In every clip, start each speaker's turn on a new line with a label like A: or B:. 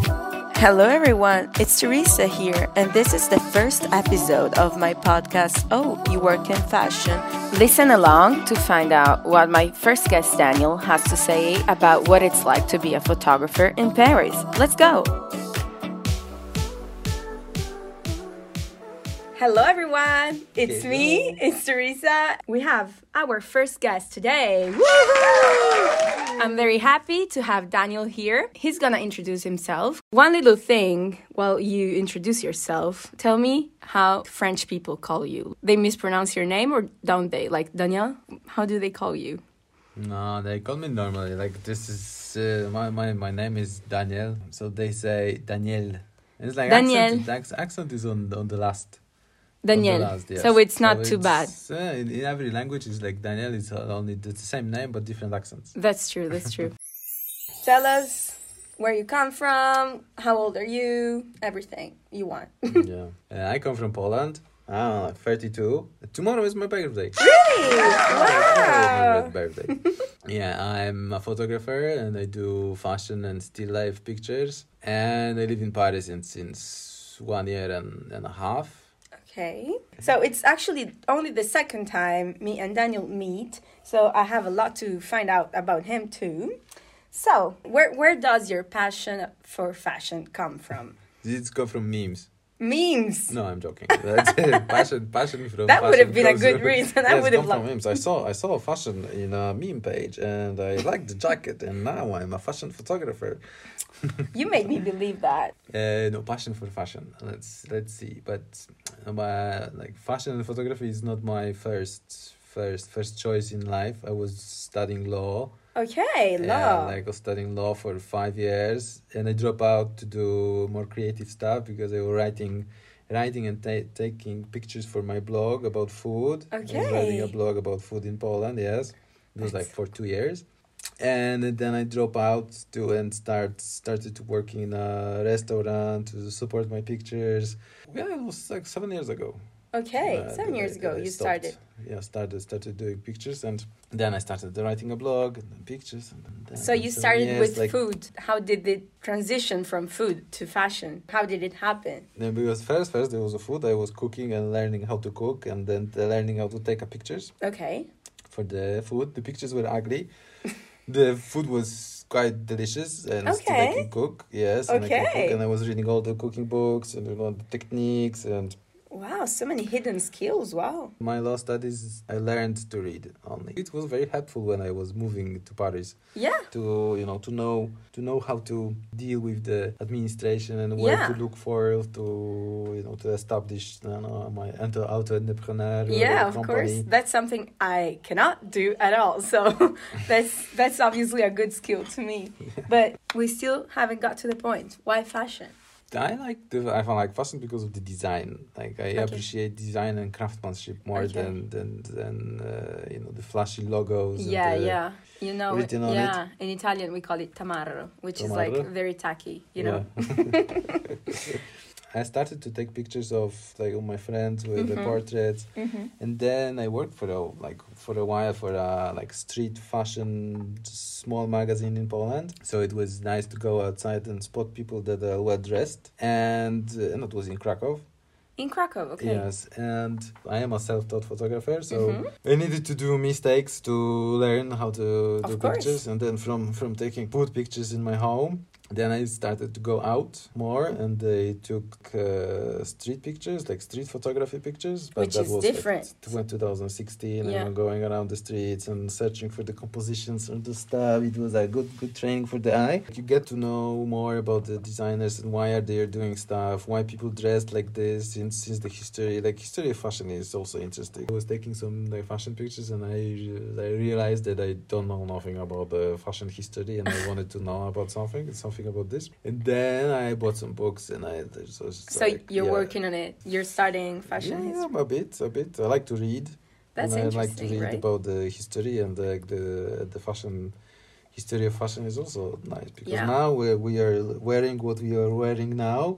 A: Hello, everyone. It's Teresa here, and this is the first episode of my podcast, Oh, You Work in Fashion. Listen along to find out what my first guest, Daniel, has to say about what it's like to be a photographer in Paris. Let's go. Hello, everyone. It's me. It's Teresa. We have our first guest today. Woohoo! I'm very happy to have Daniel here. He's gonna introduce himself. One little thing while you introduce yourself, tell me how French people call you. They mispronounce your name or don't they? Like, Daniel, how do they call you?
B: No, they call me normally. Like this is uh, my, my my name is Daniel, so they say Daniel. It's like
A: Daniel.
B: accent. Accent, accent is on on the last. on the
A: Daniel.
B: last, yes.
A: So it's not too bad.
B: it's, uh, in, in every language, it's like Daniel. It's only the same name but different accents.
A: That's true. That's true. Tell us where you come from, how old are you, everything you want.
B: yeah, uh, I come from Poland. Ah, 32. Tomorrow is my birthday.
A: wow! Ah!
B: Celebrate Oh, birthday. yeah, I'm a photographer and I do fashion and still life pictures. And I live in Paris and since one year and, and a half.
A: Okay.
B: Mm-hmm.
A: So it's actually only the second time me and Daniel meet, so I have a lot to find out about him too. So, where where does your passion for fashion come from?
B: It's go from memes.
A: Memes.
B: No, I'm joking. That's it. Passion, passion from
A: That would have
B: fashion
A: been a
B: goes
A: good
B: from-
A: reason. I
B: Yes,
A: would have
B: come from memes. I saw I saw fashion in a meme page and I liked the jacket and now I'm a fashion photographer.
A: You made me believe that.
B: Uh, no passion for fashion. Let's let's see. But um, uh, like fashion and photography is not my first first first choice in life. I was studying law.
A: Okay,
B: Yeah,
A: love.
B: like I was studying law for five years, and I dropped out to do more creative stuff because I was writing, writing and ta- taking pictures for my blog about food. I was writing a
A: Okay.
B: blog about food in Poland. Yes, it was like
A: That's-
B: for two years, and then I dropped out to and start started to work in a restaurant to support my pictures. Yeah, it was like seven years ago.
A: okay,
B: Uh,
A: seven
B: that
A: years
B: I-
A: ago
B: that I
A: you
B: stopped.
A: started.
B: Yeah, started started doing pictures, and then I started writing a blog and then pictures. And then,
A: So you
B: so,
A: started
B: yes,
A: with
B: like,
A: food. How did the transition from food to fashion? How did it happen?
B: Then because first, first there was a food. I was cooking and learning how to cook, and then the learning how to take a pictures
A: Okay.
B: for the food. The pictures were ugly. the food was quite delicious, and still
A: Okay.
B: I can cook. Yes, and I can
A: Okay.
B: cook, and I was reading all the cooking books and you know, the techniques and
A: Wow, so many hidden skills. Wow.
B: my law studies. I learned to read only. It was very helpful when I was moving to Paris.
A: Yeah.
B: to you know to know to know how to deal with the administration and where
A: Yeah.
B: to look for to you know to establish you know, my enter auto entrepreneur
A: Yeah, of course.
B: company.
A: That's something I cannot do at all. So that's that's obviously a good skill to me. But we still haven't got to the point. Why fashion?
B: I like the I find like fashion because of the design. Like I
A: Okay.
B: appreciate design and craftsmanship more
A: Okay.
B: than than than uh, you know the flashy logos.
A: yeah,
B: and the,
A: yeah. You know,
B: written on
A: yeah. In Italian, we call it tamarro, which is like
B: Tamarro?
A: very tacky. You know.
B: Yeah. I started to take pictures of like all my friends with the
A: Mhm.
B: portraits.
A: hmm
B: and then I worked for a like for a while for a like street fashion small magazine in Poland. So it was nice to go outside and spot people that are well dressed, and uh, and it was in Krakow.
A: In Krakow, okay.
B: Yes, and I am a self-taught photographer, so
A: Mhm.
B: I needed to do mistakes to learn how to
A: Of
B: do
A: course.
B: pictures, and then from from taking food pictures in my home, then I started to go out more, and they took uh, street pictures, like street photography pictures, but
A: Which
B: that
A: is
B: was
A: different.
B: Like tw- 2016,
A: Yeah.
B: and going around the streets and searching for the compositions and the stuff. It was a good good training for the eye. You get to know more about the designers and why are they doing stuff, why people dressed like this since since the history. Like history of fashion is also interesting. I was taking some like fashion pictures and I re- I realized that I don't know nothing about the fashion history and I wanted to know about something something about this. And then I bought some books and I so, it's
A: So
B: like,
A: you're
B: yeah.
A: working on it. You're starting fashion.
B: Yeah,
A: history.
B: a bit, a bit. I like to read.
A: That's
B: and I like to
A: interesting,
B: read
A: right?
B: about the history and the the, the fashion history of fashion is also nice because
A: Yeah.
B: now we we are wearing what we are wearing now,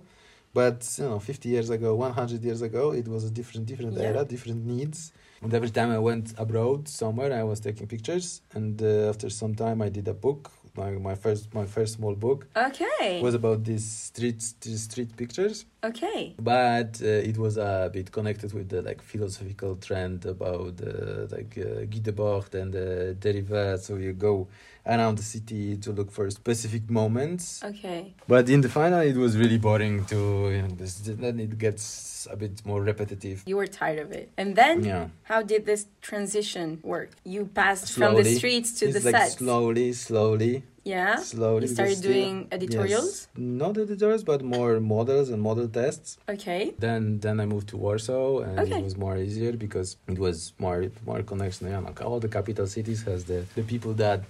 B: but you know, fifty years ago, one hundred years ago, it was a different different
A: Yeah.
B: era, different needs. And every time I went abroad somewhere, I was taking pictures, and uh, after some time, I did a book my, my first my first small book
A: Okay.
B: was about these street these street pictures
A: okay.
B: but uh, it was a bit connected with the like philosophical trend about uh, like uh, Guy Debord and uh, Derivat. So you go around the city to look for specific moments.
A: Okay.
B: But in the final, it was really boring to. You know, this, then it gets a bit more repetitive.
A: You were tired of it. And then
B: Yeah.
A: how did this transition work? You passed from the
B: Slowly.
A: streets to
B: it's
A: the
B: like
A: sets.
B: slowly, slowly,
A: yeah. You
B: slowly. because
A: started
B: still-
A: doing editorials?
B: Yes, not editorials, but more models and model tests.
A: Okay.
B: Then then I moved to Warsaw and
A: Okay.
B: it was more easier because it was more more connection. Yeah, like all the capital cities has the, the people that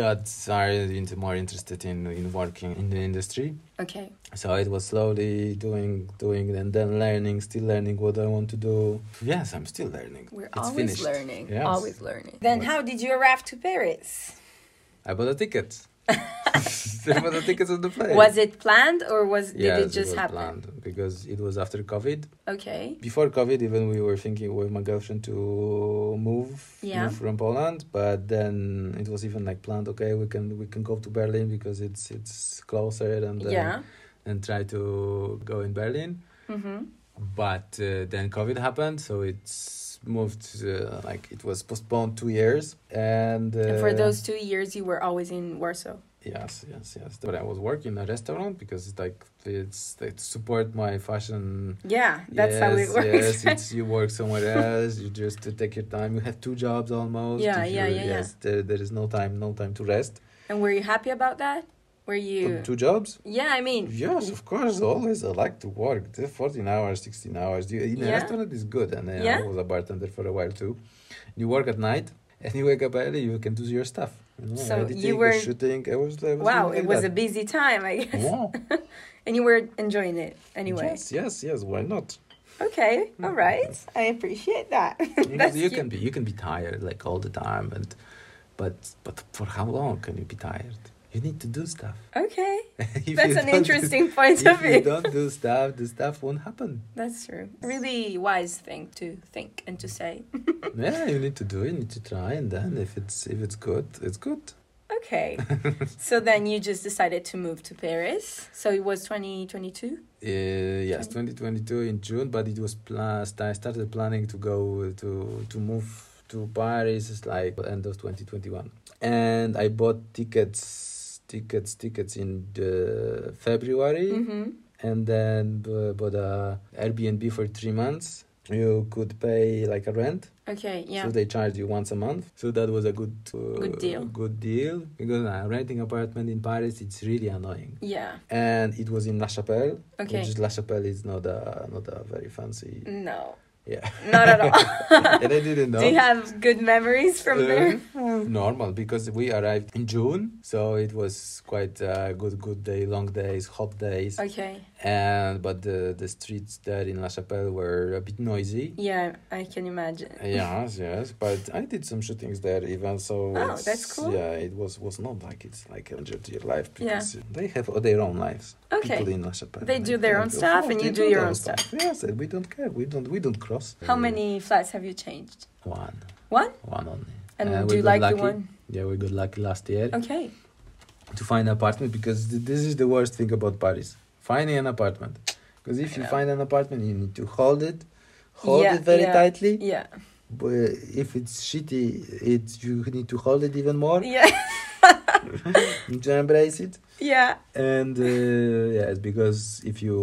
B: that are into more interested in, in working in the industry.
A: Okay.
B: So it was slowly doing doing and then learning, still learning what I want to do. Yes, I'm still learning.
A: We're
B: It's
A: always
B: finished.
A: learning.
B: Yes.
A: Always learning. Then
B: Well-
A: how did you arrive to Paris?
B: I bought a ticket. I bought a ticket on the plane.
A: Was it planned or was
B: Yes,
A: did it just
B: was
A: happen?
B: planned because it was after COVID.
A: Okay.
B: before COVID, even we were thinking with my girlfriend to move,
A: Yeah.
B: move from Poland. But then it was even like planned. Okay, we can we can go to Berlin because it's it's closer and uh,
A: Yeah.
B: and try to go in Berlin.
A: Mm-hmm.
B: But uh, then COVID happened, so it's moved uh, like it was postponed two years. And, uh,
A: and for those two years, you were always in Warsaw.
B: yes, yes, yes. But I was working in a restaurant because it's like it's like to support my fashion
A: Yeah, that's how it
B: Yes,
A: works.
B: Yes, it's, you work somewhere else. You just to take your time. You have two jobs almost.
A: Yeah,
B: if
A: yeah,
B: you're-
A: yeah, yeah.
B: Yes, There, there is no time, no time to rest. Um,
A: and were you happy about that? Were you?
B: Two jobs.
A: Yeah, I mean,
B: Yes, of course. Always, I like to work. The Fourteen hours, sixteen hours. You, in a
A: Yeah.
B: restaurant is good, and uh,
A: Yeah.
B: I was a bartender for a while too. You work at night, and you wake up early. You can do your stuff. You know,
A: So you
B: editing,
A: were-
B: shooting. I was, I was
A: wow,
B: doing
A: it
B: like
A: was a busy time, I guess.
B: that. Yeah.
A: And you were enjoying it anyway.
B: Yes, yes, yes. Why not?
A: Okay, all right. I appreciate that.
B: Because you
A: cute.
B: can be you can be tired like all the time and but but for how long can you be tired? You need to do stuff.
A: Okay,
B: If you
A: that's
B: don't
A: an
B: do-
A: interesting point of
B: If you
A: view.
B: don't do stuff, the stuff won't happen.
A: That's true. Really wise thing to think and to say.
B: Yeah, you need to do. it, You need to try, and then if it's if it's good, it's good.
A: Okay, so then you just decided to move to Paris. So it was 2022.
B: Uh, yes, twenty twenty two in June, but it was pla- I started planning to go to to move to Paris is like end of twenty twenty one, and I bought tickets tickets tickets in the February.
A: Mm-hmm.
B: and then b- bought a Airbnb for three months. You could pay like a rent,
A: Okay, yeah.
B: so they charge you once a month. So that was a good uh,
A: Good deal.
B: Good deal because uh, renting apartment in Paris it's really annoying.
A: yeah.
B: And it was in La Chapelle,
A: Okay.
B: which is La Chapelle is not a not a very fancy.
A: No,
B: Yeah,
A: not at all.
B: and I didn't know.
A: Do you have good memories from
B: Uh,
A: there?
B: Normal because we arrived in June, so it was quite a good good day, long days, hot days.
A: Okay.
B: and but the the streets there in La Chapelle were a bit noisy.
A: Yeah, I can imagine.
B: yes, yes, but I did some shootings there even so.
A: Oh,
B: it's-
A: that's cool.
B: Yeah, it was was not like it's like enjoy your life
A: Yeah.
B: because they have their own lives.
A: Okay.
B: People in La Chapelle.
A: They
B: and
A: do their
B: think,
A: own
B: of
A: stuff
B: course,
A: and you
B: they
A: do your
B: their
A: own
B: Yes, and we don't care. We don't we don't cross.
A: How
B: Uh,
A: many flats have you changed?
B: One,
A: One?
B: one only.
A: And
B: Uh, we
A: do you
B: got
A: like
B: lucky.
A: the one?
B: Yeah, we got lucky last year
A: Okay.
B: to find an apartment because th- this is the worst thing about Paris finding an apartment. Because if you
A: Yeah.
B: find an apartment, you need to hold it, hold
A: Yeah,
B: it very
A: yeah.
B: tightly.
A: Yeah.
B: But if it's shitty, it you need to hold it even more
A: Yeah.
B: to embrace it.
A: Yeah.
B: And uh, yes, because if you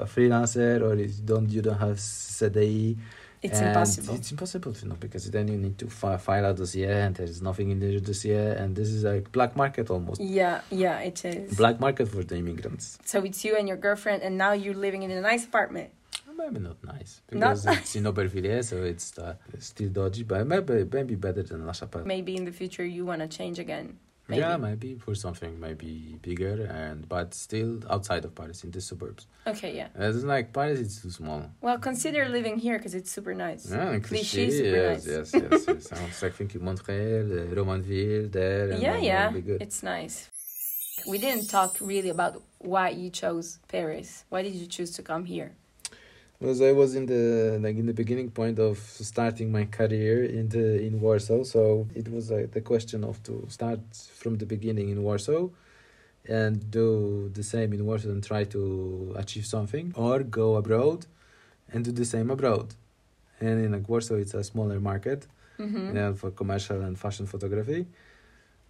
B: a freelancer or if you don't you don't have CDI,
A: It's
B: and
A: impossible.
B: It's impossible to know because then you need to fi- file a dossier and there is nothing in the dossier, and this is like black market almost.
A: Yeah, yeah, it is.
B: Black market for the immigrants.
A: So it's you and your girlfriend, and now you're living in a nice apartment.
B: Maybe not nice
A: Not
B: because it's in Aubervilliers, so it's uh, still dodgy, but maybe maybe better than La Chapelle.
A: Maybe in the future you want to change again. Maybe.
B: Yeah, maybe for something maybe bigger and but still outside of Paris in the suburbs.
A: Okay, yeah.
B: It's like Paris, it's too small.
A: Well, consider living here because it's super nice.
B: Yeah, and
A: Clichy
B: Clichy,
A: is super
B: yes,
A: nice.
B: yes, yes, yes. I was like thinking Montreal, uh, Romanville, there. And
A: Yeah,
B: then
A: yeah,
B: it'll Be good.
A: it's nice. We didn't talk really about why you chose Paris. Why did you choose to come here?
B: because I was in the like in the beginning point of starting my career in the in Warsaw. So it was like the question of to start from the beginning in Warsaw and do the same in Warsaw and try to achieve something or go abroad and do the same abroad. And in like Warsaw it's a smaller market
A: Mm-hmm.
B: you know, for commercial and fashion photography.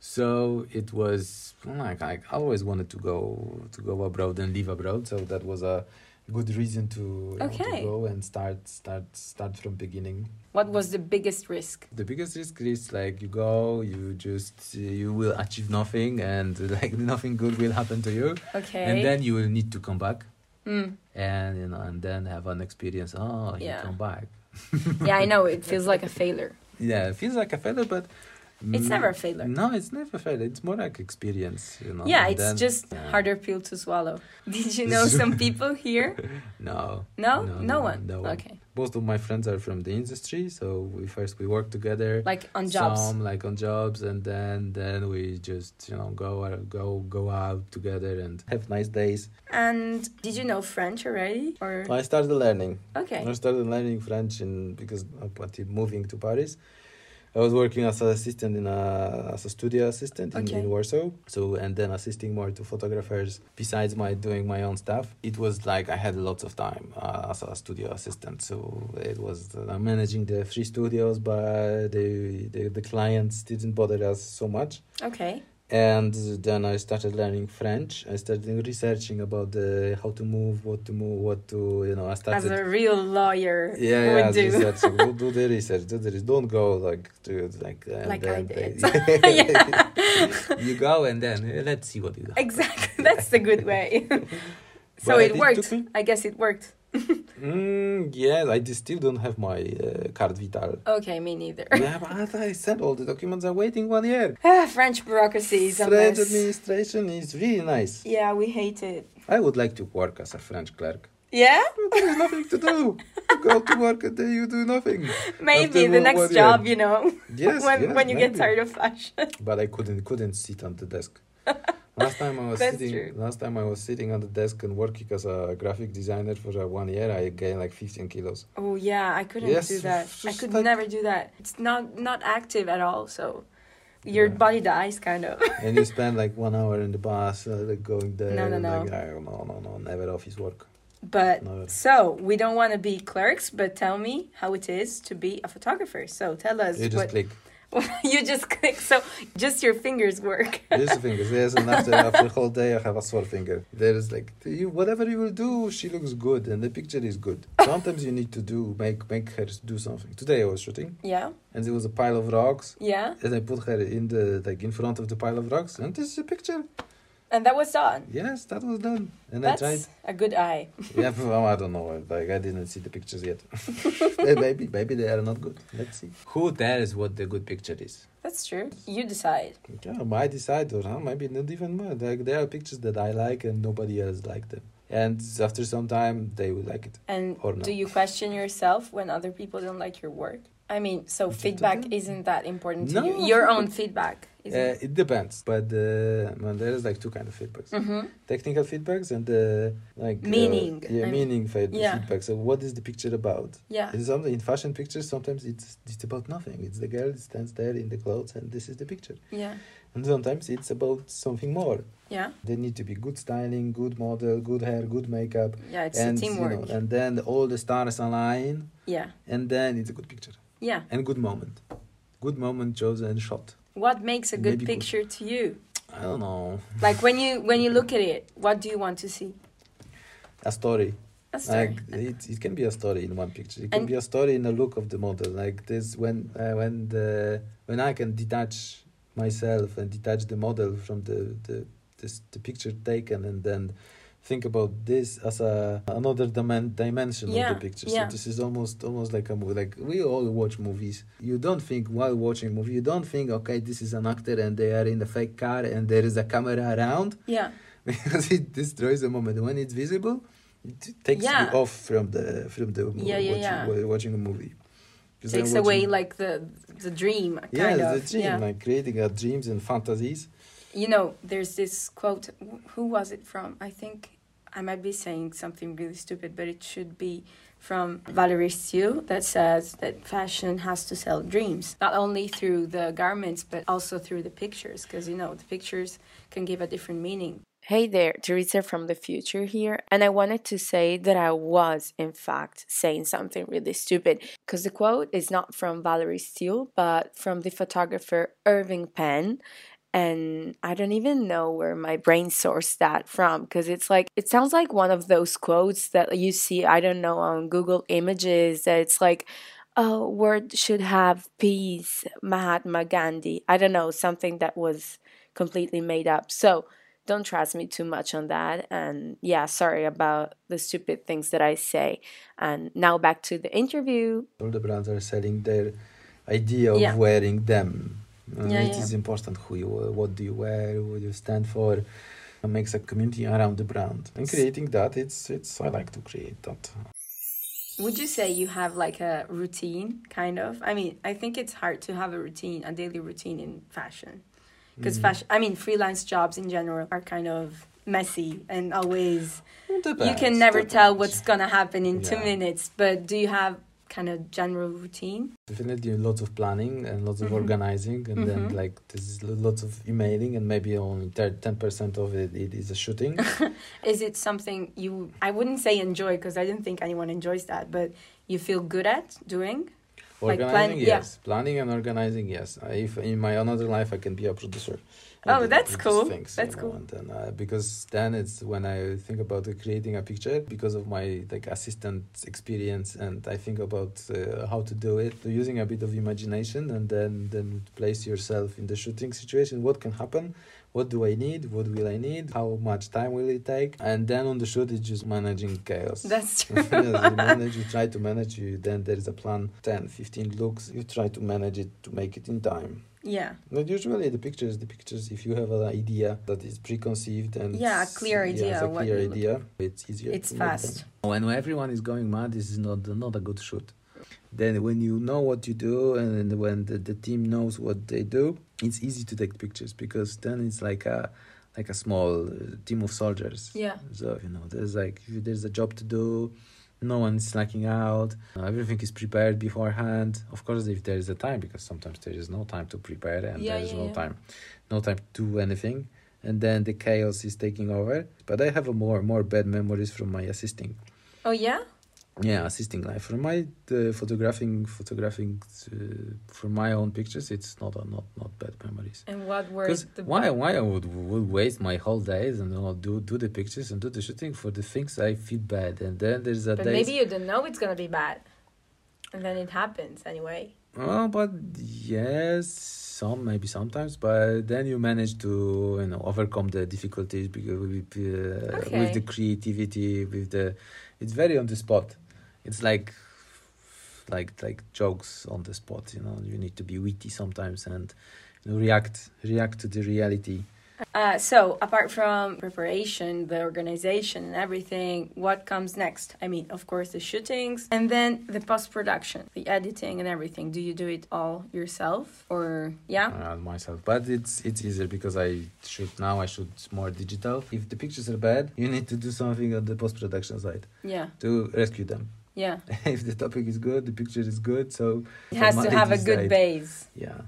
B: So it was mm, like I always wanted to go to go abroad and live abroad. So that was a good reason to, you know,
A: Okay.
B: to go and start start start from beginning.
A: What was the biggest risk?
B: The biggest risk is like you go, you just you will achieve nothing, and like nothing good will happen to you,
A: Okay.
B: and then you will need to come back
A: Mm.
B: and you know and then have an experience. Oh, you
A: Yeah.
B: come back.
A: Yeah, I know. It feels like a failure.
B: Yeah, it feels like a failure, but
A: It's
B: mm,
A: never a failure.
B: No, it's never failure. It's more like experience, you know. uh,
A: yeah,
B: and
A: it's
B: then-
A: just
B: yeah.
A: harder pill to swallow. Did you know some people here?
B: No,
A: No, no,
B: No, no,
A: one.
B: no one.
A: Okay,
B: most of my friends are from the industry, so we first we work together.
A: like on jobs.
B: Some like on jobs, and then then we just you know go out- go go out together and have nice days.
A: And did you know French already? Or
B: I started learning.
A: okay,
B: I started learning French in because of what- moving to Paris. I was working as an assistant in a as a studio assistant in,
A: Okay.
B: in Warsaw. So and then assisting more to photographers besides my doing my own stuff. It was like I had lots of time uh, as a studio assistant. So it was uh, managing the three studios, but the, the the clients didn't bother us so much
A: okay,
B: and then I started learning French. I started researching about the how to move, what to move, what to you know. I
A: as
B: started
A: a real lawyer
B: yeah
A: would
B: yeah
A: do.
B: researching. do, do the research. Do the research. Don't go like to like and
A: Like I
B: then
A: did.
B: they- you go and then uh, let's see what you got.
A: Exactly, that's the good way. so
B: But
A: it
B: took
A: worked.
B: me-
A: I guess it worked.
B: Mm, yeah, I just still don't have my uh, card vital.
A: Okay, me neither.
B: yeah, but I sent all the documents. I'm waiting one year.
A: Ah, French bureaucracy is a
B: French
A: mess.
B: administration is really nice.
A: Yeah, we hate it.
B: I would like to work as a French clerk.
A: Yeah,
B: There is nothing to do. You go to work and then you do nothing.
A: maybe
B: After
A: the
B: one-
A: next
B: one year.
A: job, you know,
B: Yes,
A: when
B: yes,
A: when you get
B: maybe.
A: tired of fashion.
B: But I couldn't couldn't sit on the desk. Last time I was
A: That's
B: sitting.
A: true.
B: Last time I was sitting on the desk and working as a graphic designer for uh, one year. I gained like fifteen kilos.
A: Oh yeah, I couldn't
B: Yes,
A: do that.
B: it's
A: I
B: just
A: could
B: like-
A: never do that. It's not not active at all. So your
B: Yeah.
A: body dies kind of.
B: And you spend like one hour in the bus, uh, like going there.
A: No, no,
B: and
A: no.
B: Like, I, no, no, no, never office work.
A: But
B: Never.
A: so we don't want to be clerks, but tell me how it is to be a photographer. So tell us
B: You just
A: what
B: click.
A: you just click. So just your fingers work.
B: There's the fingers. Yes, and after after whole day, I have a sore finger. There is like you, whatever you will do, she looks good, and the picture is good. Sometimes you need to do make make her do something. Today I was shooting,
A: Yeah,
B: and there was a pile of rocks,
A: yeah,
B: and I put her in the like in front of the pile of rocks, and this is a picture.
A: and that was done.
B: Yes, that was done, and
A: That's
B: I tried.
A: a good eye.
B: Yeah, well, I don't know. Like I didn't see the pictures yet. Eh, maybe maybe they are not good. Let's see. Who tells what the good picture is?
A: That's true. You decide.
B: Yeah, my decide or huh, maybe not even mine. Like there are pictures that I like and nobody else like them. And after some time, they will like it.
A: And
B: Or not.
A: do you question yourself when other people don't like your work? I mean, so
B: Don't do
A: feedback
B: that.
A: isn't that important to
B: No,
A: you. Your
B: feedback-
A: own feedback isn't.
B: Uh, it depends, but uh, well, there is like two kind of feedbacks:
A: mm-hmm.
B: technical feedbacks and uh, like uh,
A: Meaning,
B: yeah,
A: I mean.
B: meaning feed-
A: Yeah.
B: feedback. So what is the picture about?
A: Yeah.
B: And some- in fashion pictures, sometimes it's it's about nothing. It's the girl stands there in the clothes, and this is the picture.
A: Yeah.
B: And sometimes it's about something more.
A: Yeah.
B: There need to be good styling, good model, good hair, good makeup.
A: Yeah, it's
B: and
A: a
B: you
A: teamwork.
B: know, and then all the stars align,
A: yeah.
B: and then it's a good picture
A: Yeah.
B: and good moment, good moment chosen and shot.
A: What makes a good
B: Maybe good.
A: picture to you?
B: I don't know
A: Like when you when you look at it, what do you want to see?
B: a story.
A: A story.
B: Like it, it can be a story in one picture. It can
A: And-
B: be a story in the look of the model. Like this, when uh, when the when I can detach myself and detach the model from the the this, the picture taken, and then think about this as a another dimen- dimension
A: Yeah,
B: of the picture.
A: yeah.
B: So this is almost almost like a movie. Like we all watch movies. You don't think while watching movie. You don't think, okay, this is an actor and they are in a fake car and there is a camera around
A: yeah.
B: because it destroys the moment when it's visible it takes
A: Yeah.
B: you off from the from the mo-
A: Yeah, yeah,
B: watching,
A: yeah.
B: wa- watching a movie 'Cause I'm
A: Takes away
B: watching-
A: like the the dream kind
B: yeah
A: of.
B: the dream
A: Yeah.
B: like creating our dreams and fantasies
A: You know, there's this quote. Who was it from? I think
C: I might be saying something really stupid, but it should be from Valerie Steele that says that fashion has to sell dreams, not only through the garments, but also through the pictures, because you know, the pictures can give a different meaning.
A: Hey there, Teresa from the future here, and I wanted to say that I was, in fact, saying something really stupid because the quote is not from Valerie Steele but from the photographer Irving Penn. And I don't even know where my brain sourced that from because it's like, it sounds like one of those quotes that you see, I don't know, on Google Images that it's like, oh, world should have peace, Mahatma Gandhi. I don't know, something that was completely made up. So, don't trust me too much on that. And yeah, sorry about the stupid things that I say. And now back to the interview.
B: All the brands are selling their idea of
C: Yeah.
B: wearing them. And
C: Yeah,
B: it
C: yeah.
B: is important who you uh, what do you wear, what you stand for. It makes a community around the brand. And creating that, it's it's I like to create that.
C: Would you say you have like a routine, kind of? I mean, I think it's hard to have a routine, a daily routine in fashion.
B: Mm. Mm-hmm.
C: Because fashion, I mean, freelance jobs in general are kind of messy and always, you can
B: Depends,
C: never tell
B: depends.
C: what's going to happen in two
B: Yeah.
C: minutes. But do you have kind of general routine?
B: Definitely lots of planning and lots of
C: Mhm.
B: organizing, and
C: Mhm.
B: then like this is lo- lots of emailing, and maybe only ten percent of it, it is a shooting.
C: Is it something you, I wouldn't say enjoy because I don't think anyone enjoys that, but you feel good at doing? Like plan-
B: organizing,
C: yeah.
B: yes. Planning and organizing, yes. I, if in my another life I can be a producer.
C: Oh,
B: do-
C: that's
B: do these
C: cool.
B: things,
C: That's
B: you
C: cool.
B: know, And then, uh, because then it's when I think about uh, creating a picture because of my like assistant experience, and I think about uh, how to do it. So using a bit of imagination, and then then place yourself in the shooting situation. What can happen? What do I need? What will I need? How much time will it take? And then on the shoot, it's just managing chaos.
C: That's true.
B: Yes, you manage you try to manage you then there is a plan 10 15 looks you try to manage it to make it in time
C: yeah.
B: but usually the pictures the pictures if you have an idea that is preconceived and
C: Yeah, a
B: it's-
C: clear idea
B: it's a
C: what
B: clear
C: you're looking
B: idea it's easier
C: It's
B: to make them.
C: fast.
B: when everyone is going mad this is not not a good shoot then when you know what you do and then when the, the team knows what they do it's easy to take pictures because then it's like a like a small uh, team of soldiers
C: Yeah.
B: so you know, there's like if there's a job to do. No one's slacking out. uh, Everything is prepared beforehand. Of course, if there is a time, because sometimes there is no time to prepare and
C: Yeah,
B: there is
C: yeah,
B: no
C: yeah.
B: time, no time to do anything, and then the chaos is taking over. But I have a more more bad memories from my assisting
C: Oh, yeah?
B: yeah assisting life for my uh, photographing photographing uh, for my own pictures it's not a, not not bad memories
C: And what were
B: because
C: the
B: why why i would, would waste my whole days and all do do the pictures and do the shooting for the things i feel bad and then there's a
C: But
B: day
C: maybe you don't know it's gonna be bad. And then it happens anyway.
B: Oh, but yes, some maybe sometimes, but then you manage to you know overcome the difficulties because with, uh,
C: Okay.
B: with the creativity, with the, it's very on the spot. It's like, like like jokes on the spot. You know, you need to be witty sometimes and you know, react react to the reality.
C: Uh, so, apart from preparation, the organization, and everything, what comes next? I mean, of course, the shootings and then the post production, the editing, and everything. Do you do it all yourself? Or, yeah?
B: around Uh, myself but it's it's easier because i shoot now i shoot more digital if the pictures are bad you need to do something on the post-production side
C: Yeah,
B: to rescue them
C: yeah.
B: if the topic is good, the picture is good, so
C: It has to
B: formatting
C: have a
B: is
C: good
B: right.
C: base.
B: Yeah.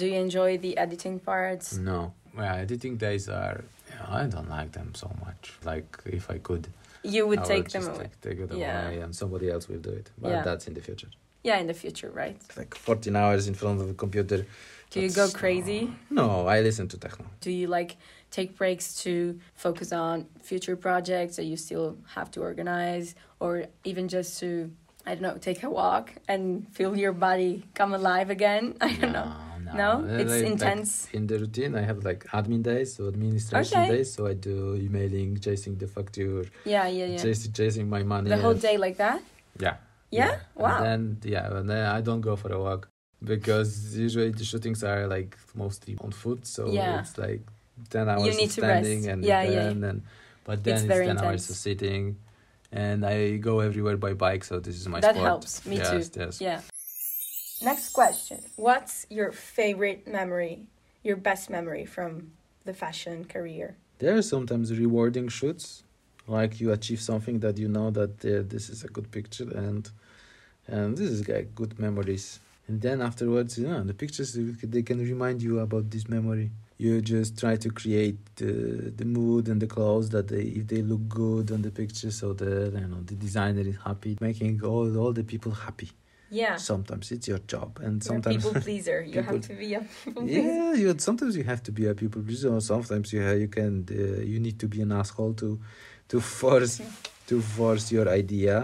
C: Do you enjoy the editing parts?
B: No. Well, editing days are. Yeah, I don't like them so much. Like if I could,
C: You
B: I
C: would take
B: just
C: them away.
B: Take, take it
C: Yeah.
B: away, and somebody else will do it. But
C: Yeah.
B: that's in the future.
C: Yeah, in the future, right?
B: It's like fourteen hours in front of a computer.
C: Do you go
B: That's- uh,
C: crazy?
B: No, I listen to techno.
C: Do you like take breaks to focus on future projects that you still have to organize, or even just to, I don't know, take a walk and feel your body come alive again? I don't know. No,
B: Uh,
C: it's
B: like- like
C: intense.
B: in the routine, I have like admin days, so administration
C: Okay.
B: days. So I do emailing, chasing the facture,
C: Yeah, yeah, yeah.
B: chasing, chasing my money.
C: The whole
B: and-
C: day like that?
B: Yeah.
C: Yeah? Wow.
B: And then yeah, and then I don't go for a walk because usually the shootings are like mostly on foot, so
C: Yeah.
B: it's like ten hours
C: need
B: of
C: to rest.
B: standing and
C: Yeah, yeah.
B: then and but then
C: It's
B: it's,
C: very
B: ten hours of
C: intense.
B: sitting. And I go everywhere by bike, so this is my
C: that
B: sport.
C: helps. Me
B: yes,
C: too.
B: Yes.
C: Yeah. Next question What's your favorite memory, your best memory from the fashion career?
B: There are sometimes rewarding shoots. like you achieve something that you know that uh, this is a good picture and and this is like good memories and then afterwards you know the pictures you c- they can remind you about this memory you just try to create the, the mood and the clothes that they if they look good on the picture so that you know the designer is happy making all all the people happy
C: Yeah.
B: sometimes it's your job and
C: You're a
B: sometimes
C: people pleaser. You have
B: people-
C: to be a people pleaser.
B: yeah you sometimes you have to be a people pleaser or sometimes you ha- you can uh, you need to be an asshole to to force to force your idea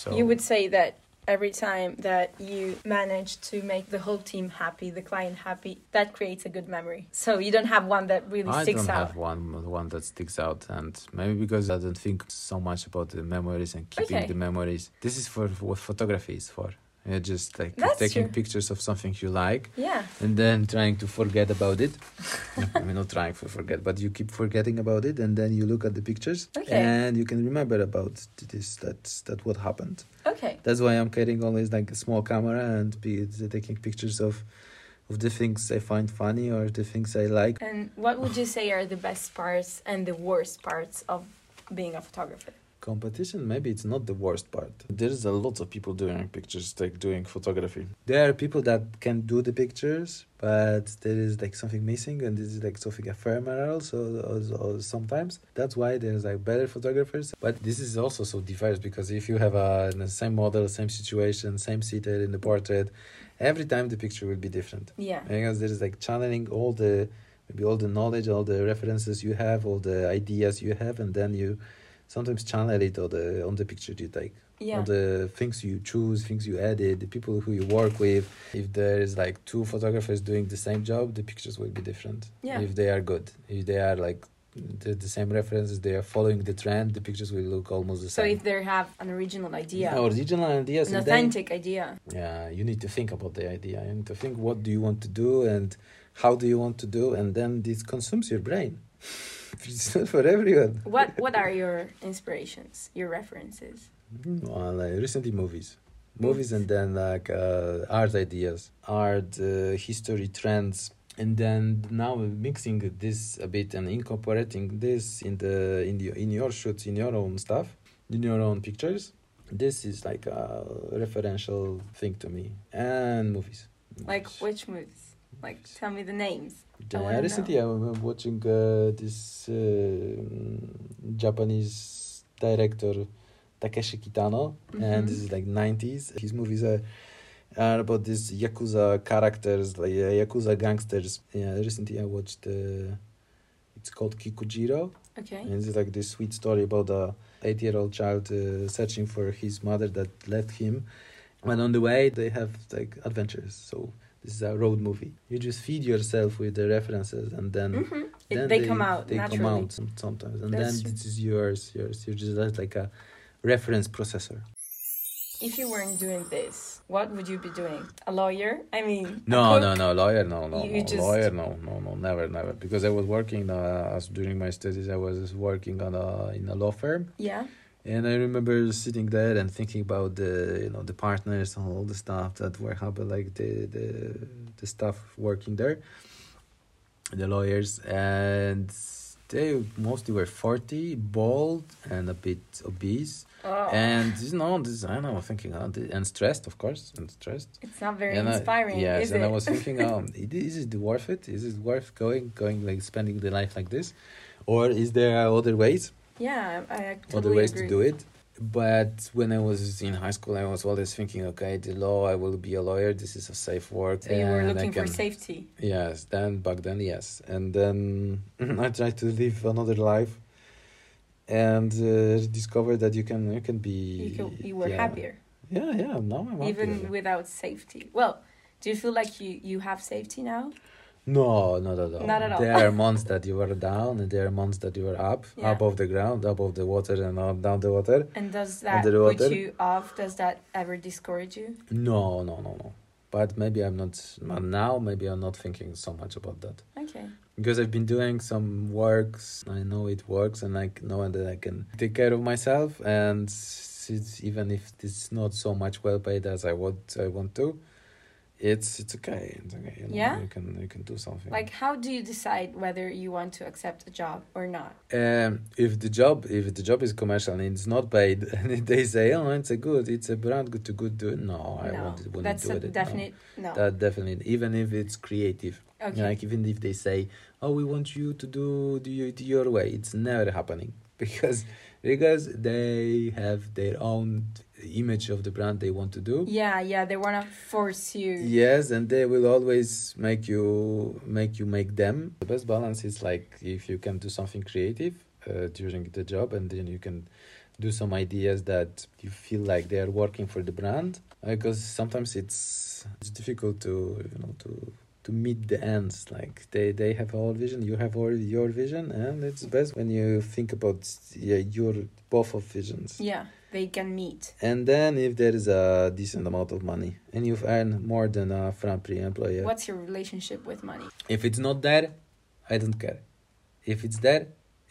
B: so
C: You would say that every time that you manage to make the whole team happy, the client happy, that creates a good memory. So you don't have one that really
B: I
C: sticks
B: don't
C: out.
B: have one one that sticks out, and maybe because I don't think so much about the memories and keeping
C: Okay.
B: the memories. This is for what photography is for. You're just like
C: That's
B: taking
C: true.
B: pictures of something you like
C: Yeah.
B: and then trying to forget about it. I mean, not trying to forget, but you keep forgetting about it, and then you look at the pictures
C: Okay.
B: and you can remember about this that that what happened.
C: Okay.
B: That's why I'm carrying always like a small camera and be taking pictures of of the things I find funny or the things I like.
C: And what would you say are the best parts and the worst parts of being a photographer?
B: competition maybe it's not the worst part there's a lot of people doing pictures like doing photography there are people that can do the pictures but there is like something missing and this is like something ephemeral so or, or sometimes that's why there's like better photographers but this is also so diverse because if you have a the same model same situation same seated in the portrait every time the picture will be different
C: Yeah.
B: because there is like channeling all the maybe all the knowledge all the references you have all the ideas you have and then you sometimes channel it on the on the picture you take
C: Yeah.
B: on the things you choose things you edit the people who you work with if there is like two photographers doing the same job the pictures will be different
C: Yeah.
B: if they are good if they are like the, the same references they are following the trend the pictures will look almost the
C: So
B: same
C: if they have an original idea,
B: original ideas
C: an
B: and then-
C: authentic idea.
B: yeah you need to think about the idea you need to think what do you want to do and how do you want to do and then this consumes your brain it's not for everyone
C: What what are your inspirations? Your references?
B: well, like recently movies movies and then like uh, art ideas art uh, history trends and then now mixing this a bit and incorporating this in the in the in your shoots in your own stuff in your own pictures this is like a referential thing to me and movies
C: Like which movies? Like tell me the names. I
B: Yeah,
C: wanna
B: recently I was watching uh, this uh, Japanese director Takeshi Kitano, and
C: Mm-hmm.
B: this is like 90s. His movies are, are about these Yakuza characters, like uh, Yakuza gangsters. Yeah, recently I watched, uh, it's called Kikujiro,
C: Okay.
B: and it's like this sweet story about a eight year old child uh, searching for his mother that left him. And on the way, they have like adventures. So this is a road movie. You just feed yourself with the references, and then,
C: Mm-hmm.
B: Mm. then
C: they, come out
B: They
C: naturally.
B: come out some- sometimes, and
C: That's
B: then
C: true.
B: this is yours. Yours. You're just that's like a reference processor.
C: If you weren't doing this, what would you be doing? A lawyer? I mean, a
B: No,
C: cook?
B: no, no, lawyer, no, no, no,
C: You just-
B: lawyer, no, no, no, never, never. Because I was working uh, as during my studies, I was working on a in a law firm,
C: Yeah.
B: And I remember sitting there and thinking about the you know the partners and all the stuff that were happening, like the the the staff working there, the lawyers, and they mostly were forty, bald, and a bit obese,
C: Oh,
B: and you know this I know thinking uh, the- and stressed of course and stressed.
C: it's not very
B: And I-
C: inspiring,
B: yes,
C: is
B: and
C: it?
B: I was thinking, um, it- is it worth it? Is it worth going going like spending the life like this, or is there other ways?
C: yeah, I I totally
B: other ways
C: agree.
B: to do it. But when I was in high school, I was always thinking, okay, the law, I will be a lawyer. This is a safe work.
C: So you were
B: and I
C: looking for
B: can-
C: safety.
B: Yes, then back then, yes. And then I tried to live another life and uh, discovered that you can you can be
C: You, could, you were
B: yeah.
C: happier,
B: yeah yeah now i'm
C: even
B: happier.
C: without safety. Well, do you feel like you, you have safety now?
B: No, not at all.
C: Not at all.
B: There are months that you were down, and there are months that you were up,
C: Yeah.
B: above the ground, above the water, and uh, down the water.
C: And does that
B: Under the
C: put
B: water?
C: you off? Does that ever discourage you?
B: No, no, no, no. But maybe I'm not now. Maybe I'm not thinking so much about that
C: Okay.
B: because I've been doing some works. I know it works, and I know that I can take care of myself. And it's, even if it's not so much well paid as I want, I want to. it's it's okay. It's okay. You know,
C: Yeah?
B: you can you can do something.
C: Like, how do you decide whether you want to accept a job or not?
B: um, if the job if the job is commercial and it's not paid, and they say, oh, it's a good, it's a brand, good to good. Do no, I
C: no,
B: won't, wouldn't
C: that's
B: do
C: a
B: it. No.
C: definite no.
B: That Uh, definitely, even if it's creative.
C: Okay.
B: Like even if they say, "Oh, we want you to do do you- it your way," it's never happening because because they have their own image of the brand they want to do.
C: yeah, yeah, they wanna force you.
B: Yes, and they will always make you make you make them. The best balance is like if you can do something creative uh, during the job, and then you can do some ideas that you feel like they are working for the brand. Because sometimes it's it's difficult to you know to to meet the ends. Like they they have our vision, you have already your vision, and it's best when you think about yeah, your both of visions.
C: Yeah, they can meet.
B: And then if there is a decent amount of money and you've earned more than a Franprix employee,
C: What's your relationship with money?
B: if it's not there, I don't care. If it's there,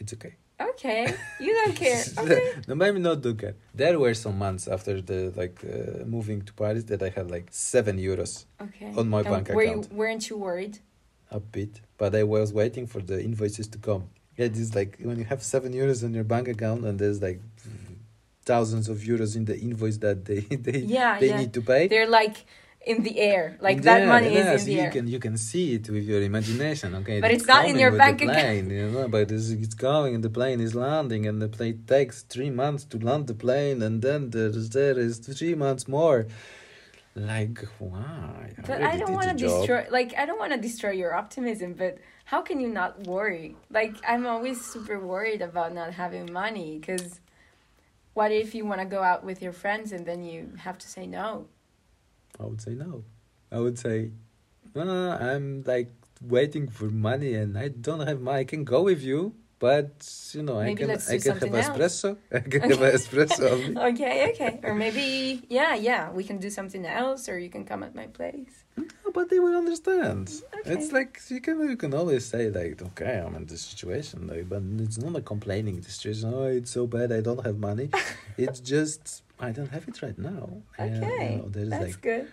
B: it's okay.
C: Okay, you don't care. Okay.
B: no, maybe not don't care. There were some months after the like uh, moving to Paris that I had like seven euros
C: Okay.
B: On my
C: And
B: bank
C: were
B: account.
C: You, weren't you worried?
B: a bit, but I was waiting for the invoices to come. It is like when you have seven euros on your bank account and there's like thousands of euros in the invoice that they they,
C: Yeah,
B: they
C: yeah.
B: need to pay.
C: They're like in the air. Like that
B: Yeah,
C: money
B: yeah,
C: is in
B: so
C: the
B: you
C: air.
B: can you can see it with your imagination, okay?
C: But it's not in
B: coming
C: your
B: with
C: bank
B: the
C: account.
B: plane, You know, but it's, it's going and the plane is landing and the plane takes three months to land the plane and then there's there is three months more. Like why?
C: But I don't want
B: want
C: to destroy. Like I don't want to destroy your optimism. But how can you not worry? Like I'm always super worried about not having money because. What if you want to go out with your friends and then you have to say no?
B: I would say no. I would say no, no, no, I'm like waiting for money and I don't have money. I can go with you, but you know,
C: Maybe
B: I can
C: let's do
B: I can have
C: something else.
B: espresso. I can
C: Okay.
B: have espresso. only.
C: Okay, okay. Or maybe, yeah, yeah, we can do something else or you can come at my place.
B: No, but they will understand. It's
C: Okay.
B: like you can you can always say like, okay, I'm in this situation, like, but it's not a complaining the situation. Oh, it's so bad, I don't have money. it's just I don't have it right now. And, you
C: Okay.
B: know, there is
C: That's
B: like
C: good.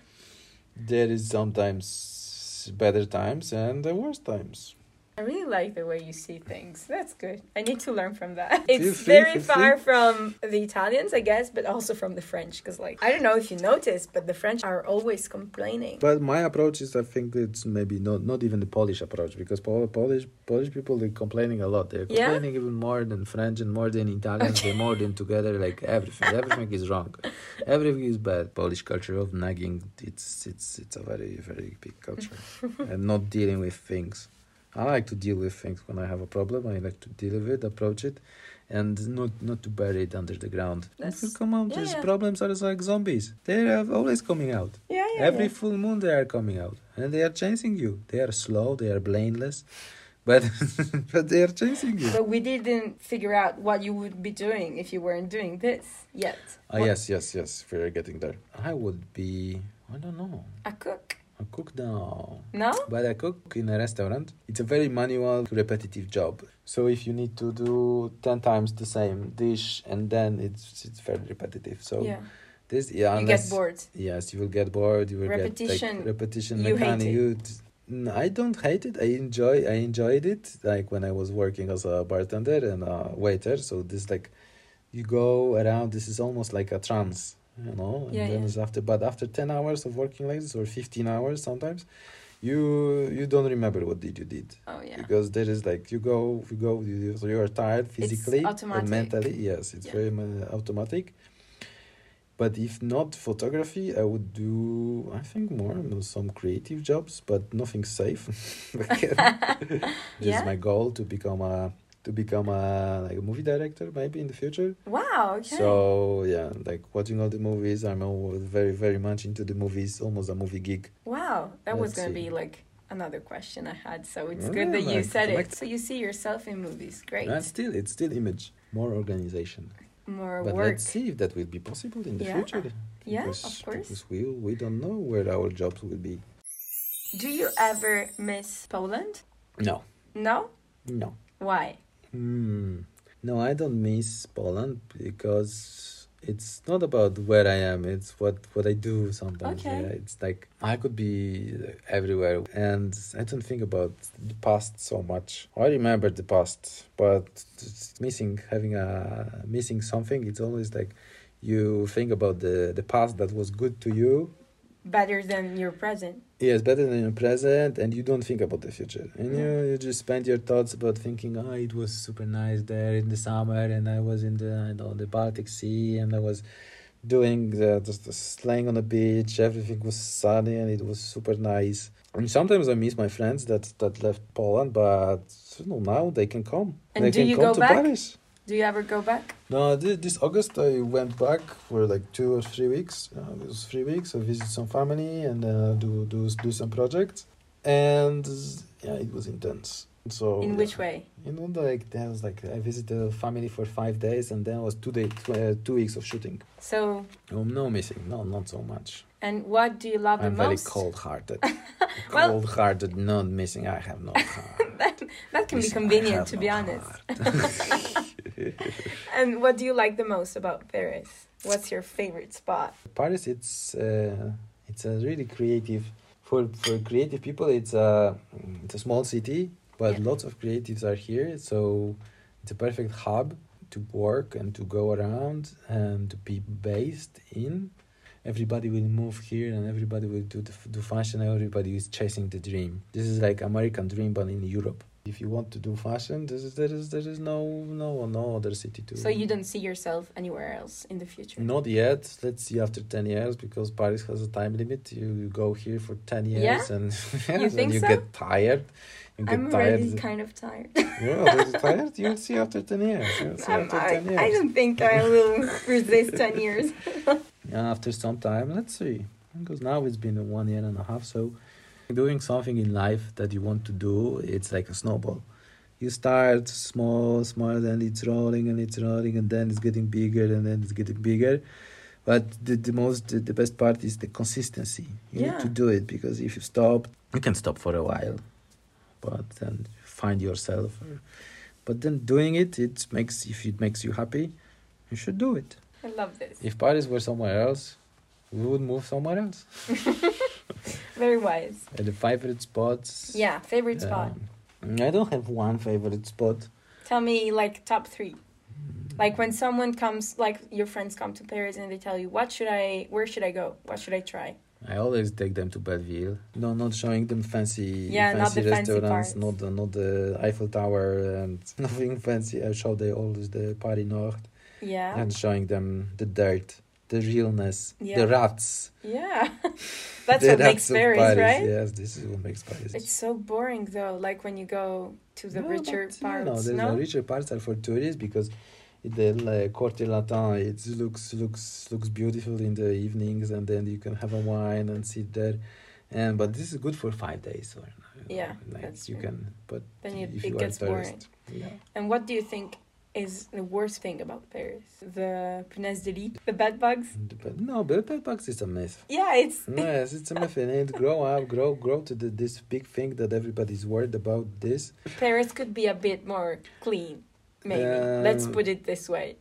B: there is sometimes better times and the worst times.
C: I really like the way you see things. That's good. I need to learn from that.
B: Feel
C: It's
B: free,
C: very
B: feel
C: far from the Italians, I guess, but also from the French. Because, like, I don't know if you noticed, but the French are always complaining.
B: But my approach is, I think it's maybe not not even the Polish approach because Pol- Polish Polish people they're complaining a lot. They're
C: Yeah?
B: complaining even more than French and more than Italians. They're more than together. Like everything, everything is wrong. Everything is bad. Polish culture of nagging. It's it's it's a very very big culture, and not dealing with things. I like to deal with things when I have a problem. I like to deal with it, approach it, and not not to bury it under the ground.
C: That's-
B: Come on,
C: yeah,
B: these
C: yeah.
B: problems are like zombies. They are always coming out.
C: yeah, yeah.
B: Every
C: yeah.
B: full moon they are coming out and they are chasing you. They are slow, they are blameless, but but they are chasing you.
C: But we didn't figure out what you would be doing if you weren't doing this yet.
B: Ah, yes, yes, yes. We are getting there. I would be I don't know
C: A cook?
B: a cook now.
C: No?
B: But I cook in a restaurant. It's a very manual, repetitive job. So if you need to do ten times the same dish, and then it's it's very repetitive. So
C: yeah.
B: this yeah,
C: You
B: unless-
C: get bored.
B: Yes, you will get bored. You will get
C: Repetition.
B: like, repetition.
C: You hate
B: mechanic.
C: it.
B: You t- N- I don't hate it. I enjoy. I enjoyed it. Like when I was working as a bartender and a waiter. So this like, you go around. This is almost like a trance, you know. And
C: Yeah,
B: then
C: yeah.
B: it's after, but after ten hours of working like this, or fifteen hours sometimes, you you don't remember what did you did
C: Oh, yeah.
B: because there is like you go you go you, so you are tired physically
C: automatic.
B: and mentally yes it's
C: Yeah.
B: very uh, automatic but if not photography i would do i think more m- some creative jobs but nothing safe Again, this
C: Yeah.
B: is my goal to become a to become a like a movie director maybe in the future
C: Wow, okay.
B: so yeah like watching all the movies i'm always very very much into the movies almost a movie geek
C: Wow, that was
B: Let's
C: going to
B: see.
C: be like another question I had, so it's
B: Yeah,
C: good that you
B: like-
C: said
B: like-
C: it. So you see yourself in movies, great.
B: and still it's still image more organization
C: More
B: But
C: work.
B: let's see if that will be possible in the
C: Yeah.
B: future.
C: Yeah, of
B: because,
C: course.
B: Because we, we don't know where our jobs will be.
C: Do you ever miss Poland?
B: No.
C: No?
B: No.
C: Why?
B: Hmm. No, I don't miss Poland because it's not about where I am. It's what what I do sometimes.
C: Okay.
B: Yeah, it's like I could be everywhere, and I don't think about the past so much. I remember the past, but it's missing having a missing something. It's always like you think about the the past that was good to you.
C: Better than your present.
B: Yes, better than your present, and you don't think about the future. And you, you just spend your thoughts about thinking, oh, it was super nice there in the summer, and I was in the, I know, the Baltic Sea, and I was doing the, just the slang on the beach. Everything was sunny, and it was super nice. And sometimes I miss my friends that that left Poland, but you know, now they can come.
C: And
B: they
C: do
B: can
C: you
B: come
C: go
B: to
C: back?
B: Paris.
C: Do you ever go back?
B: No, this, this August I went back for like two or three weeks. Uh, it was three weeks. I visit some family and uh, do do do some projects, and yeah, it was intense. So
C: In which way?
B: you know, like there was like I visited family for five days, and then was two day tw- uh, two weeks of shooting.
C: So,
B: Oh, no missing, no, not so much.
C: and what do you love
B: I'm
C: the
B: very
C: most?
B: cold-hearted.
C: Well-
B: cold-hearted, not missing. I have no heart.
C: That can be
B: Missing, I have
C: convenient, to
B: no
C: be honest.
B: heart.
C: And what do you like the most about Paris? What's your favorite spot?
B: Paris, it's uh, it's a really creative for for creative people. It's a it's a small city, but
C: Yeah.
B: lots of creatives are here. So it's a perfect hub to work and to go around and to be based in. Everybody will move here, and everybody will do the, f- do fashion. and Everybody is chasing the dream. This is like American dream, but in Europe. If you want to do fashion, this is, there is there is no no no other city to.
C: So you don't see yourself anywhere else in the future?
B: Not yet. Let's see after 10 years because Paris has a time limit. You, you go here for 10 years
C: Yeah?
B: and
C: You think
B: and you
C: so?
B: get tired. You get
C: I'm
B: tired.
C: already kind of tired.
B: You're already tired? You'll see after 10 years. You'll see
C: I'm-
B: after
C: I,
B: 10 years.
C: I don't think I will resist 10 years.
B: Yeah, after some time, let's see. Because now it's been one year and a half. So doing something in life that you want to do, it's like a snowball. You start small, small, and it's rolling and it's rolling, and then it's getting bigger and then it's getting bigger. But the, the most, the, the best part is the consistency. You
C: Yeah.
B: need to do it because if you stop, you can stop for a while, but then find yourself. Or, but then doing it, it makes if it makes you happy, you should do it.
C: I love this.
B: If Paris were somewhere else, we would move somewhere else.
C: Very wise.
B: And the favorite spots.
C: Yeah, favorite spot.
B: um, I don't have one favorite spot.
C: Tell me like top three. Like when someone comes, like your friends come to Paris and they tell you, what should I, where should I go? What should I try?
B: I always take them to Belleville. No, not showing them fancy,
C: Yeah, not
B: fancy
C: the fancy
B: restaurants,
C: parts.
B: not the not the Eiffel Tower and nothing fancy. I show them always the Paris Nord
C: Yeah.
B: and showing them the dirt, the realness,
C: Yeah.
B: the rats.
C: yeah. That's
B: the
C: what
B: rats
C: makes
B: of
C: Paris, right?
B: Yes, this is what makes Paris.
C: It's so boring though, like when you go to the
B: No,
C: richer
B: but, You
C: parts.
B: know, there's
C: no?
B: the richer parts are for tourists because the like, Quartier Latin it looks looks looks beautiful in the evenings, and then you can have a wine and sit there. And but this is good for five days or you know,
C: Yeah,
B: like
C: that's
B: you
C: true.
B: can. But
C: Then you,
B: if
C: it
B: you
C: gets
B: are
C: boring.
B: tourist, yeah.
C: And what do you think is the worst thing about Paris? The punaises de lit, the bed bugs.
B: But no, but bed bugs is a myth.
C: Yeah, it's
B: yes, it's a myth, and it grow up, grow, grow to the, this big thing that everybody's worried about. This
C: Paris could be a bit more clean, maybe. Let's
B: Um,
C: put it this way.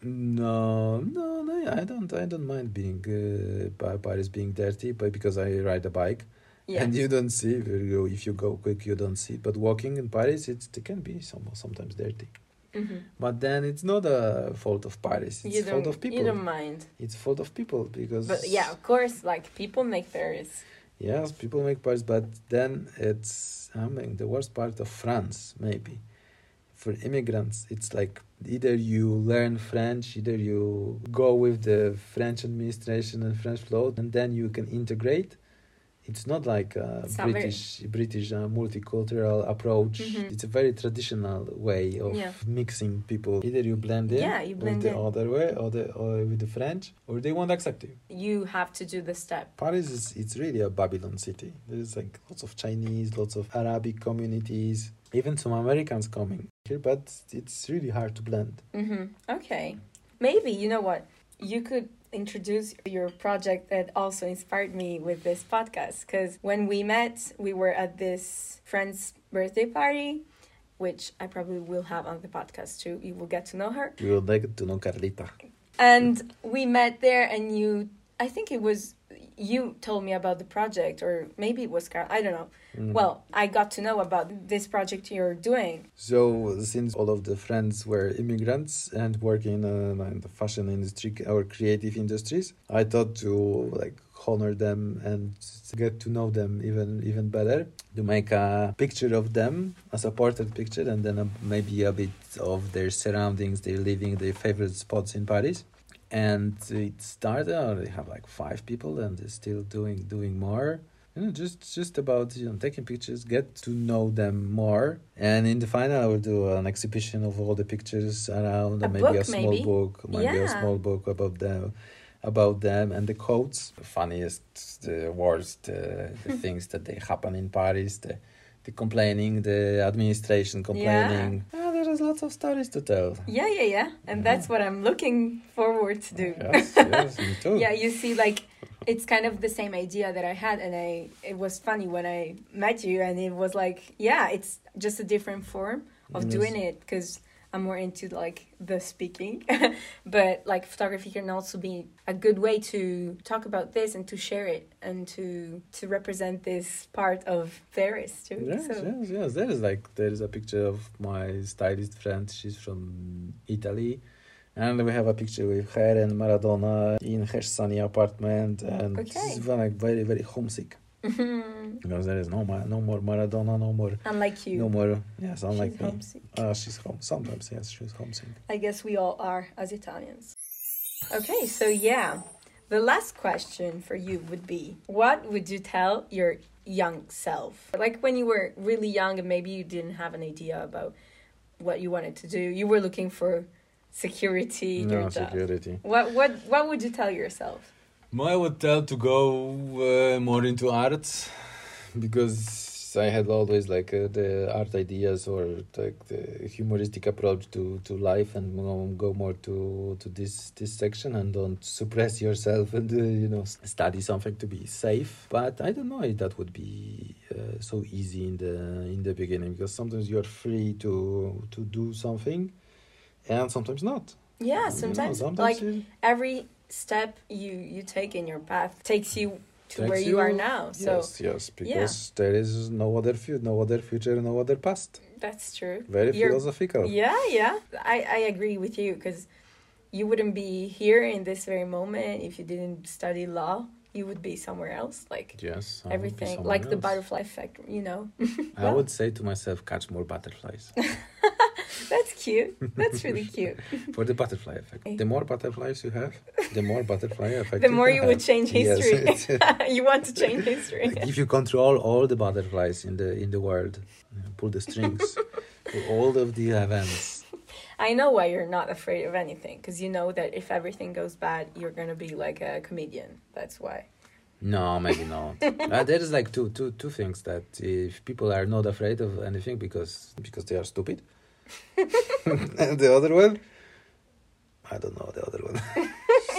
B: No, no, no. I don't. I don't mind being uh, Pa- Paris being dirty, but because I ride a bike,
C: Yeah.
B: and you don't see if you go, if you go quick, you don't see. But walking in Paris, it's, it can be some, sometimes dirty.
C: hmm
B: But then it's not a fault of Paris. It's
C: You
B: fault
C: don't.
B: of
C: You don't
B: people.
C: mind.
B: It's fault of people because
C: But yeah, of course, like people make Paris.
B: yes, people make Paris, but then it's I mean the worst part of France maybe. For immigrants, it's like either you learn French, either you go with the French administration and French law, and then you can integrate. It's not like a
C: It's not very-
B: British British uh, multicultural approach.
C: Mhm.
B: It's a very traditional way of
C: Yeah.
B: mixing people. Either you blend in
C: Yeah, you blend
B: with the
C: in.
B: other way, or the or with the French, or they won't accept you.
C: You have to do the step.
B: Paris is it's really a Babylon city. There's like lots of Chinese, lots of Arabic communities, even some Americans coming here, but it's really hard to blend.
C: hmm Okay. Maybe you know what you could introduce your project that also inspired me with this podcast because when we met we were at this friend's birthday party which i probably will have on the podcast too you will get to know her
B: We would like to know Carlita.
C: and we met there, and you, I think it was you told me about the project, or maybe it was Carl. I don't know.
B: Mm-hmm. Mm.
C: Well, I got to know about this project you're doing.
B: So, since all of the friends were immigrants and working uh, in the fashion industry or creative industries, I thought to like honor them and get to know them even even better to make a picture of them as a portrait picture and then a, maybe a bit of their surroundings their living their favorite spots in paris and it started uh, they have like five people and they're still doing doing more you know, just just about you know taking pictures, get to know them more, and in the final I will do an exhibition of all the pictures around,
C: A
B: and maybe a
C: book,
B: small
C: maybe.
B: book, maybe a
C: Yeah.
B: small book about them, about them and the quotes, the funniest, the worst, uh, the things that they happen in Paris, the the complaining, the administration complaining. Ah, there is lots of stories to tell.
C: Yeah, yeah, yeah. And that's what I'm looking forward to do.
B: Yes, yes, me too.
C: yeah you see like it's kind of the same idea that i had and i it was funny when i met you and it was like yeah it's just a different form of
B: Yes.
C: doing it because i'm more into like the speaking but like photography can also be a good way to talk about this and to share it and to to represent this part of paris too
B: Yes,
C: so
B: yes, yes. There is like there is a picture of my stylist friend. She's from Italy, and we have a picture with her and Maradona in her sunny apartment, and
C: Okay.
B: she's very, like very very homesick because there is no ma- no more Maradona, no more
C: unlike you
B: no more. Yes, unlike
C: she's
B: me.
C: homesick.
B: Ah, she's home. Sometimes yes, she's homesick.
C: I guess we all are as Italians. Okay, so yeah, the last question for you would be what would you tell your young self? Like when you were really young and maybe you didn't have an idea about what you wanted to do, you were looking for security in
B: no
C: your job.
B: security.
C: What what what would you tell yourself?
B: I would tell to go uh, more into art because I had always like uh, the art ideas or like the humoristic approach to, to life and mo- go more to to this this section and don't suppress yourself and uh, you know s- study something to be safe. But I don't know if that would be uh, so easy in the in the beginning because sometimes you're free to to do something and sometimes not.
C: Yeah,
B: You know,
C: sometimes,
B: sometimes
C: like
B: you-
C: every step you you take in your path takes you to
B: Takes
C: where you, are
B: you-
C: now. So
B: yes, yes, because there is no other fu- no other future, no other past.
C: that's true.
B: Very
C: You're-
B: philosophical.
C: Yeah, yeah. I, I agree with you because you wouldn't be here in this very moment if you didn't study law. You would be somewhere else. Like
B: Yes. I would be
C: everything,
B: someone
C: like the
B: else.
C: butterfly effect, you know?
B: I would say to myself, catch more butterflies
C: That's cute. That's really cute.
B: for the butterfly effect. The more butterflies you have, the more butterfly effect.
C: The more
B: can
C: you would
B: have.
C: change
B: Yes,
C: history.
B: it's-
C: you want to change history.
B: if you control all the butterflies in the in the world, you know, pull the strings, pull all of the events.
C: I know why you're not afraid of anything because you know that if everything goes bad, you're going to be like a comedian. That's why.
B: No, maybe not. uh, there is like two, two, two things that if people are not afraid of anything because because they are stupid. and the other one, I don't know the other one.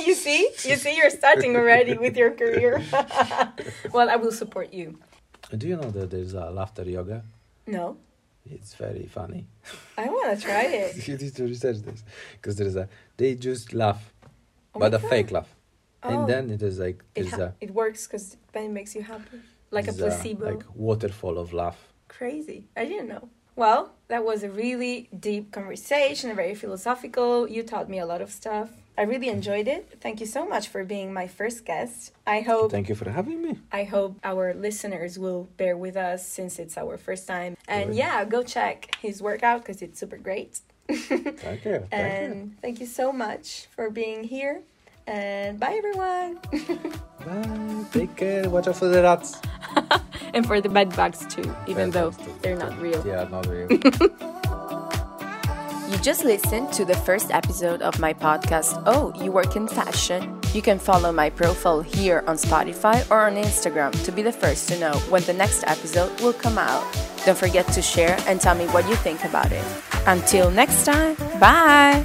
C: you see? You see, you're starting already with your career. well, I will support you.
B: Do you know that there's a laughter yoga?
C: No,
B: It's very funny.
C: I want to try it.
B: you need to research this because there is a they just laugh,
C: Oh my
B: but a
C: God.
B: fake laugh,
C: Oh.
B: and then it is like
C: It,
B: there's
C: ha-
B: a
C: it works because then it makes you happy. Like a
B: there's
C: placebo.
B: like waterfall of laugh.
C: Crazy. I didn't know. Well, that was a really deep conversation, very philosophical. You taught me a lot of stuff. I really enjoyed it. Thank you so much for being my first guest. I hope
B: Thank you for having me.
C: I hope our listeners will bear with us since it's our first time. And
B: Good.
C: yeah, go check his workout because it's super great.
B: Thank you. Thank you.
C: and thank you so much for being here. And bye everyone.
B: Bye. Take care. Watch out for the rats.
C: and for the bed bugs too, even though they're not real.
B: Yeah, not real.
A: You just listened to the first episode of my podcast, Oh, You Work in Fashion. You can follow my profile here on Spotify or on Instagram to be the first to know when the next episode will come out. Don't forget to share and tell me what you think about it. Until next time, bye!